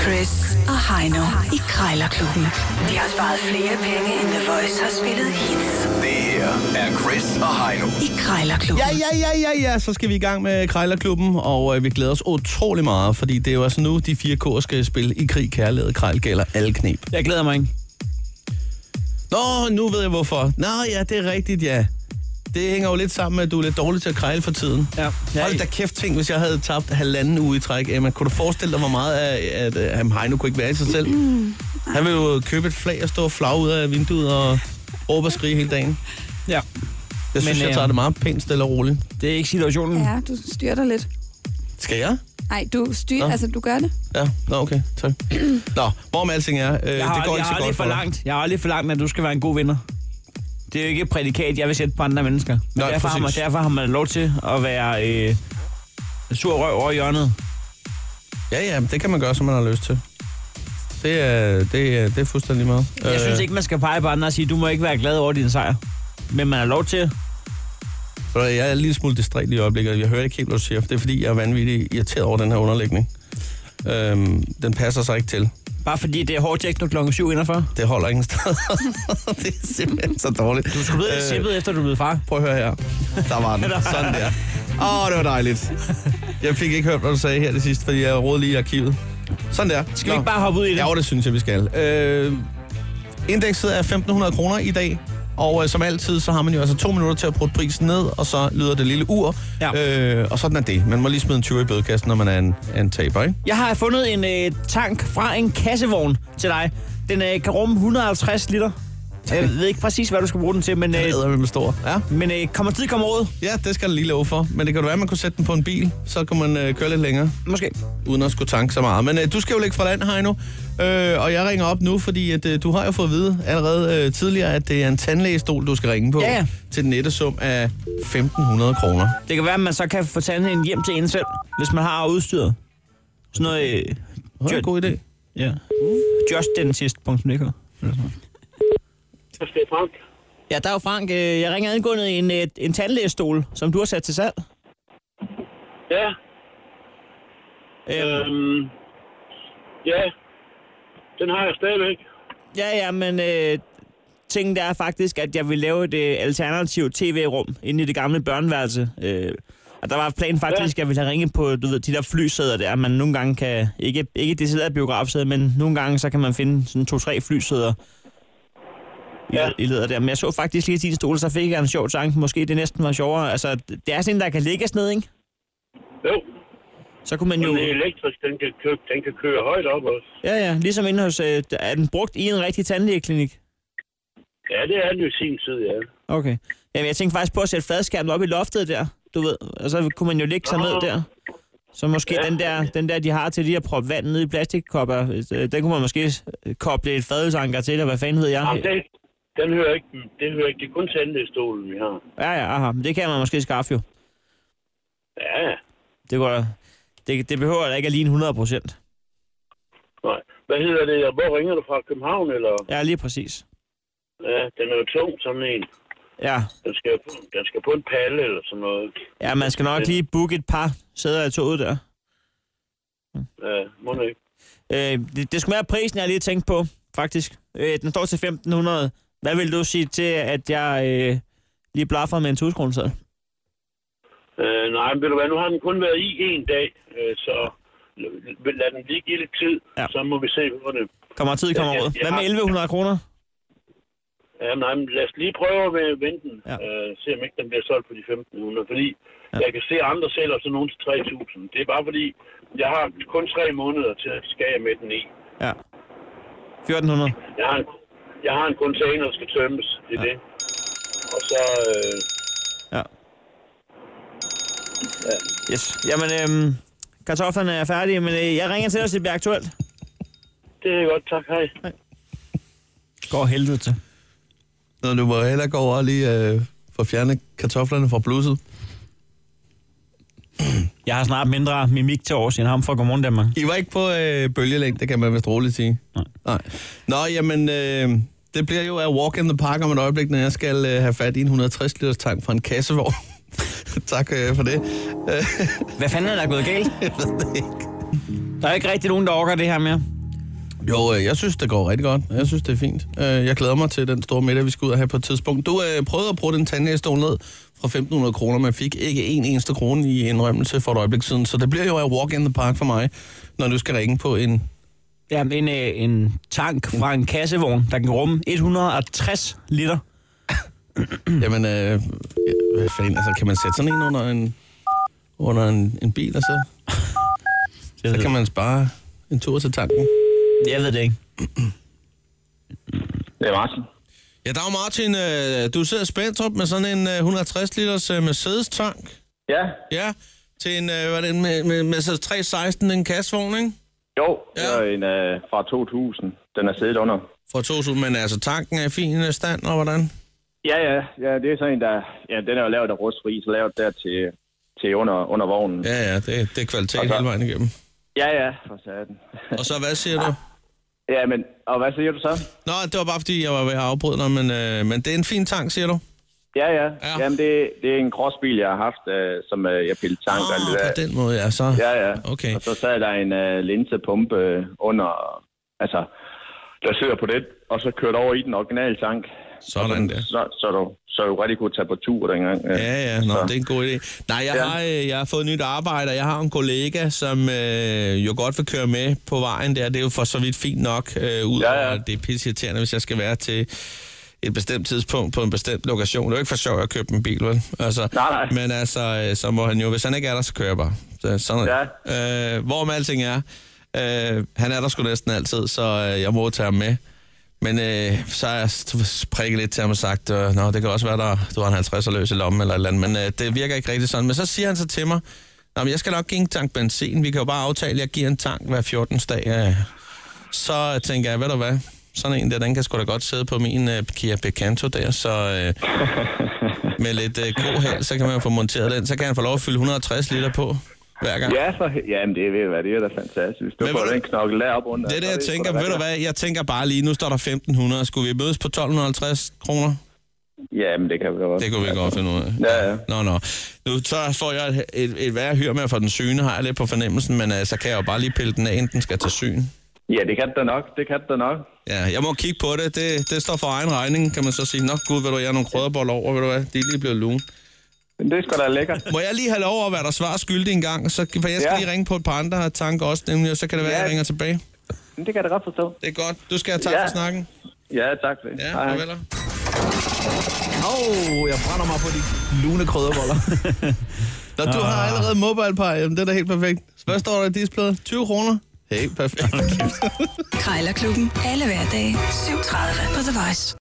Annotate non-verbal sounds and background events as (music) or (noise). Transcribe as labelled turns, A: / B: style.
A: Chris og Heino i Krejlerklubben. De har sparet flere penge, end The Voice har spillet hits
B: Det her er Chris og Heino.
A: i Krejlerklubben.
C: Ja, ja, ja, ja, ja, så skal vi i gang med Krejlerklubben, og øh, vi glæder os utrolig meget, fordi det er jo altså nu, de fire kår skal spille i krig, kærlighed, krejl gælder alle knep.
D: Jeg glæder mig ikke.
C: Nå, nu ved jeg hvorfor. Nå ja, det er rigtigt, ja. Det hænger jo lidt sammen med, at du er lidt dårlig til at krejle for tiden.
D: Ja.
C: Hold da kæft, tænk, hvis jeg havde tabt halvanden uge i træk, Emma. Kunne du forestille dig, hvor meget af, at, øh, at, at Heino kunne ikke være i sig selv? Han ville jo købe et flag og stå og flage ud af vinduet og råbe og skrige hele dagen.
D: Ja.
C: Jeg synes,
D: Men,
C: jeg
D: øh,
C: tager det meget pænt stille og roligt.
D: Det er ikke situationen.
E: Ja, du styrter lidt.
C: Skal jeg?
E: Nej, du styrer,
C: Nå.
E: altså du gør det.
C: Ja, nå okay, tak.
D: (clears throat)
C: Nå, hvorom alting er, øh,
D: Jeg har,
C: det går
D: jeg
C: ikke
D: har
C: så
D: aldrig
C: godt for dig.
D: forlangt, Jeg har aldrig forlangt, at du skal være en god vinder. Det er jo ikke et prædikat, jeg vil sætte på andre mennesker. Men
C: Nej,
D: derfor, har man,
C: præcis.
D: derfor har man lov til at være øh, sur røv over i hjørnet.
C: Ja, ja, det kan man gøre, som man har lyst til. Det er, det er, det er fuldstændig meget. Øh,
D: Jeg synes ikke, man skal pege på andre og sige, du må ikke være glad over din sejr. Men man har lov til.
C: Ved du hvad, Jeg er en lille smule distræt lige i øjeblikket. Jeg hører ikke helt, hvad du siger. for Det er, fordi jeg er vanvittigt irriteret over den her underlægning. Øhm, den passer sig ikke til.
D: Bare fordi det er hårdt tjek nu klokken 7 indenfor.
C: Det holder ingen sted. (laughs) det er simpelthen så dårligt.
D: Du skulle blive øh. sippet, efter du blev far.
C: Prøv at høre her. Der var den. Sådan der. Åh, oh, det var dejligt. Jeg fik ikke hørt, hvad du sagde her det sidste, fordi jeg rådede lige i arkivet. Sådan der.
D: Skal vi ikke bare hoppe ud i det?
C: Ja, jo, det synes jeg, vi skal. Øh, indekset er 1.500 kroner i dag, og øh, som altid, så har man jo altså to minutter til at putte prisen ned, og så lyder det lille ur,
D: Ja.
C: øh, og sådan er det. Man må lige smide en 20 i bødekassen, når man er en, en taber, ikke?
D: Jeg har fundet en øh, tank fra en kassevogn til dig. Den øh, kan rumme 150 liter. Jeg ved ikke præcis, hvad du skal bruge den til, men,
C: Det
D: øh,
C: er med stor. Ja.
D: men øh, kommer tid, kommer råd.
C: ja, det skal der lige love for, men det kan jo være, at man kunne sætte den på en bil, så kan man øh, køre lidt længere.
D: Måske.
C: uden at skulle tanke så meget. Men øh, du skal jo lægge fra land, Heino. Øh, og jeg ringer op nu, fordi at, øh, du har jo fået at vide allerede øh, tidligere, at det er en tandlægestol, du skal ringe på.
D: Ja, ja.
C: Til den nette sum af 1.500 kroner.
D: Det kan være, at man så kan få taget en hjem til en selv, hvis man har udstyret. Sådan noget... Øh,
C: Det er en god idé.
D: ja. Justdentist.dk
F: Det er Frank.
D: Ja, der er jo Frank. Øh, jeg ringer angående en, øh, en tandlægestol, som du har sat til salg.
F: Ja,
D: Øh,
F: øhm, ja, den har jeg stadigvæk.
D: ja, ja, men øh, tingen der er faktisk, at jeg vil lave et øh, alternativt tv-rum inde i det gamle børneværelse. Øh, og der var planen faktisk, at jeg ville have ringet på du ved, de der flysæder der, man nogle gange kan, ikke, ikke decideret biografsæder, men nogle gange så kan man finde sådan to-tre flysæder i, ja.
F: Ja.
D: i leder der. Men jeg så faktisk lige din stol, så fik jeg en sjov tanke. Måske det næsten var sjovere. Altså, det er sådan en, der kan ligge ned, ikke?
F: Jo,
D: Så kunne man
F: den
D: jo...
F: er elektrisk, den kan, køre, den kan køre højt op også.
D: Ja, ja. Ligesom inde hos... Øh, er den brugt i en rigtig tandlægeklinik?
F: Ja, det er den jo i sin tid, ja.
D: Okay. Jamen, jeg tænkte faktisk på at sætte fladskærmen op i loftet der, du ved. Og så kunne man jo ligge sig ned der. Så måske ja. den, der, den der, de har til lige at proppe vand ned i plastikkopper, øh, den kunne man måske øh, koble et fadelsanker til, eller hvad fanden ved jeg.
F: Jamen, den, den hører ikke, den hører ikke, det er kun tandlægestolen, vi har.
D: Ja, ja, aha. Men det kan man måske skaffe jo.
F: Ja,
D: Det, går, da- det, det behøver da ikke at ligne 100 procent.
F: nej. Hvad hedder det? og Hvor ringer du fra? København, eller?
D: Ja, lige præcis.
F: Ja, den er jo tung, sådan en.
D: Ja.
F: Den skal, på- den skal på en palle, eller sådan noget.
D: ja, man skal nok lige booke et par sæder i toget der.
F: Ja, må den ikke.
D: Øh, det, det skulle være prisen, jeg lige tænkte på, faktisk. Øh, den står til 1500. Hvad vil du sige til, at jeg øh, lige blaffer med en tuskroneseddel?
F: Øh, nej, men ved du hvad, nu har den kun været i en dag, øh, så l- lad den lige give lidt tid,
D: Ja.
F: ja. så må vi se på det.
D: Kommer tid, kommer
F: Ja, ja,
D: råd.
F: ja.
D: Hvad med 1100 kroner?
F: Ja, nej, men lad os lige prøve at vente den.
D: Ja.
F: Ja. Øh, se om ikke den bliver solgt for de 1.500, fordi ja. jeg kan se andre sælger sådan nogen til 3.000. Det er bare fordi, jeg har kun tre måneder til at skære med den i.
D: Ja. 1400.
F: Jeg har en, jeg har en container, der skal tømmes, det er ja. det. Og så, øh,
D: Ja. Yes. Jamen, øhm, kartoflerne er færdige, men øh, jeg ringer til dig, hvis det bliver aktuelt.
F: det er godt, tak, hej.
D: Går helvede til.
C: Nå, du må hellere gå over og lige øh, få fjernet kartoflerne fra blusset.
D: Jeg har snart mindre mimik til års end ham fra Godmorgen Danmark.
C: I var ikke på øh, bølgelængde, kan man vist roligt sige.
D: Nej.
C: Nej. Nå, jamen, øh, det bliver jo at walk in the park om et øjeblik, når jeg skal øh, have fat i en 160 liters tank fra en kassevogn. (laughs) tak øh, for det. Øh,
D: Hvad fanden er der gået galt?
C: jeg ved det ikke.
D: Der er ikke rigtig nogen, der orker det her mere.
C: Jo, øh, jeg synes, det går rigtig godt. Jeg synes, det er fint. Øh, Jeg glæder mig til den store middag, vi skal ud og have på et tidspunkt. Du øh, prøvede at bruge den tandlægestol ned fra 1.500 kroner, men fik ikke en eneste krone i indrømmelse for et øjeblik siden. Så det bliver jo en walk in the park for mig, når du skal ringe på en...
D: Jamen, en, øh, en tank fra en kassevogn, der kan rumme 160 liter.
C: Jamen, øh, hvad fanden, altså, kan man sætte sådan en under en, under en, en bil, og så, så kan man spare en tur til tanken.
D: Jeg ved det ikke.
G: Det er Martin.
C: Ja, dag Martin, øh, du sidder i Spændtrup med sådan en øh, 160 liters øh, Mercedes-tank.
G: Ja,
C: Ja, til en, øh, hvad er det, med, med, med så 316, en kassevogn, ikke?
G: jo.
C: Ja.
G: Ja. Det er en øh, fra 2000. Den er siddet under.
C: Fra 2000, men altså tanken er i fin øh, stand, og hvordan?
G: Ja, ja, ja. Det er sådan en, der... Ja, den er jo lavet af rustfri, så lavet der til, til under, under vognen. Ja,
C: Ja, ja, det, det er kvalitet
G: Og så-
C: hele vejen igennem.
G: ja, ja for satan. (laughs)
C: Og så, hvad siger du?
G: ja, men... Og hvad siger du så?
C: Nå, det var bare fordi, jeg var ved at afbryde dig, men, øh, men det er en fin tank, siger du?
G: Ja, ja.
C: Ja.
G: ja. Jamen, det, det er en crossbil, jeg har haft, øh, som øh, jeg pillede tank og alt det
C: Åh,
G: der.
C: Ah, på den måde, ja, så.
G: Ja, ja.
C: Okay.
G: Og så sad der en øh, linsepumpe øh, under... Altså, der sidder på det, og så kørte over i den originale tank.
C: Sådan der.
G: Så, så, så, du, så du rigtig kunne tage på tur dengang. øh.
C: Ja, ja, nå,
G: Så-
C: det er en god idé. Nej, jeg,
G: Ja.
C: har, øh, jeg har fået nyt arbejde, og jeg har en kollega, som øh, jo godt vil køre med på vejen der. Det er jo for så vidt fint nok, øh, ud
G: Ja, ja.
C: at det er pisseirriterende, hvis jeg skal være til et bestemt tidspunkt på en bestemt lokation. Det er jo ikke for sjovt at købe en bil, vel? Altså,
G: Nej, nej.
C: Men altså, øh, så må han jo, hvis han ikke er der, så kører jeg bare. Så, sådan er det. øh, Hvorom alting er, øh, han er der sgu næsten altid, så øh, jeg må tage ham med. Men øh, så har jeg s- prikket lidt til ham og sagt, øh, Nå, det kan også være, der du har en 50'er løs i lommen eller et eller andet, men øh, det virker ikke rigtig sådan. Men så siger han så til mig, Nå, men jeg skal nok give en tank benzin, vi kan jo bare aftale, at jeg giver en tank hver 14. dag. Øh. Så tænker jeg, ved du hvad, sådan en der, den kan sgu da godt sidde på min øh, Kia Picanto der, så øh, med lidt øh, god held, så kan man jo få monteret den. Så kan han få lov at fylde 160 liter på hver gang.
G: Ja, for, jamen det ved du hvad, det er da fantastisk. Du
C: Men
G: får
C: ved du-
G: den knokkel derop under.
C: Det er det, jeg
G: så
C: tænker.
G: sgu da
C: Ved du
G: godt.
C: hvad, jeg tænker bare lige, nu står der 1.500. Skulle vi mødes på 1.250 kroner?
G: Jamen det kan vi da godt.
C: Det kunne vi godt finde ud af.
G: Ja, ja.
C: Nå, nå. Nu så får jeg et, et, et værre hyr med for den syne, har jeg lidt på fornemmelsen, men øh, så kan jeg jo bare lige pille den af, inden den skal til syn.
G: Ja, det kan det da nok, det kan det da nok.
C: Ja, jeg må kigge på det. det. Det står for egen regning, kan man så sige. Nå, gud, ved du, jeg har nogle krødderboller over, ved du hvad? De er lige blevet lune.
G: Men det er sgu da
C: (laughs)
G: lækkert.
C: Må jeg lige have lov at være der svar skyldig en gang? Så, for jeg skal
G: Ja.
C: lige ringe på et par andre tanker også, nemlig, og så kan det være, at jeg
G: Ja.
C: ringer tilbage.
G: Men det kan jeg da godt forstå.
C: Det er godt. Du skal have tak
G: Ja.
C: for snakken.
G: Ja, tak for det.
C: Ja,
G: Hej, hej.
C: farvel. Åh, oh, jeg brænder mig på de lune krødderboller. Nå, du har allerede mobile pie. Jamen, det er da helt perfekt. Hvad står der i displayet? 20 kroner? Helt perfekt.
A: Krejlerklubben. Alle hverdage. 7.30 på The Voice.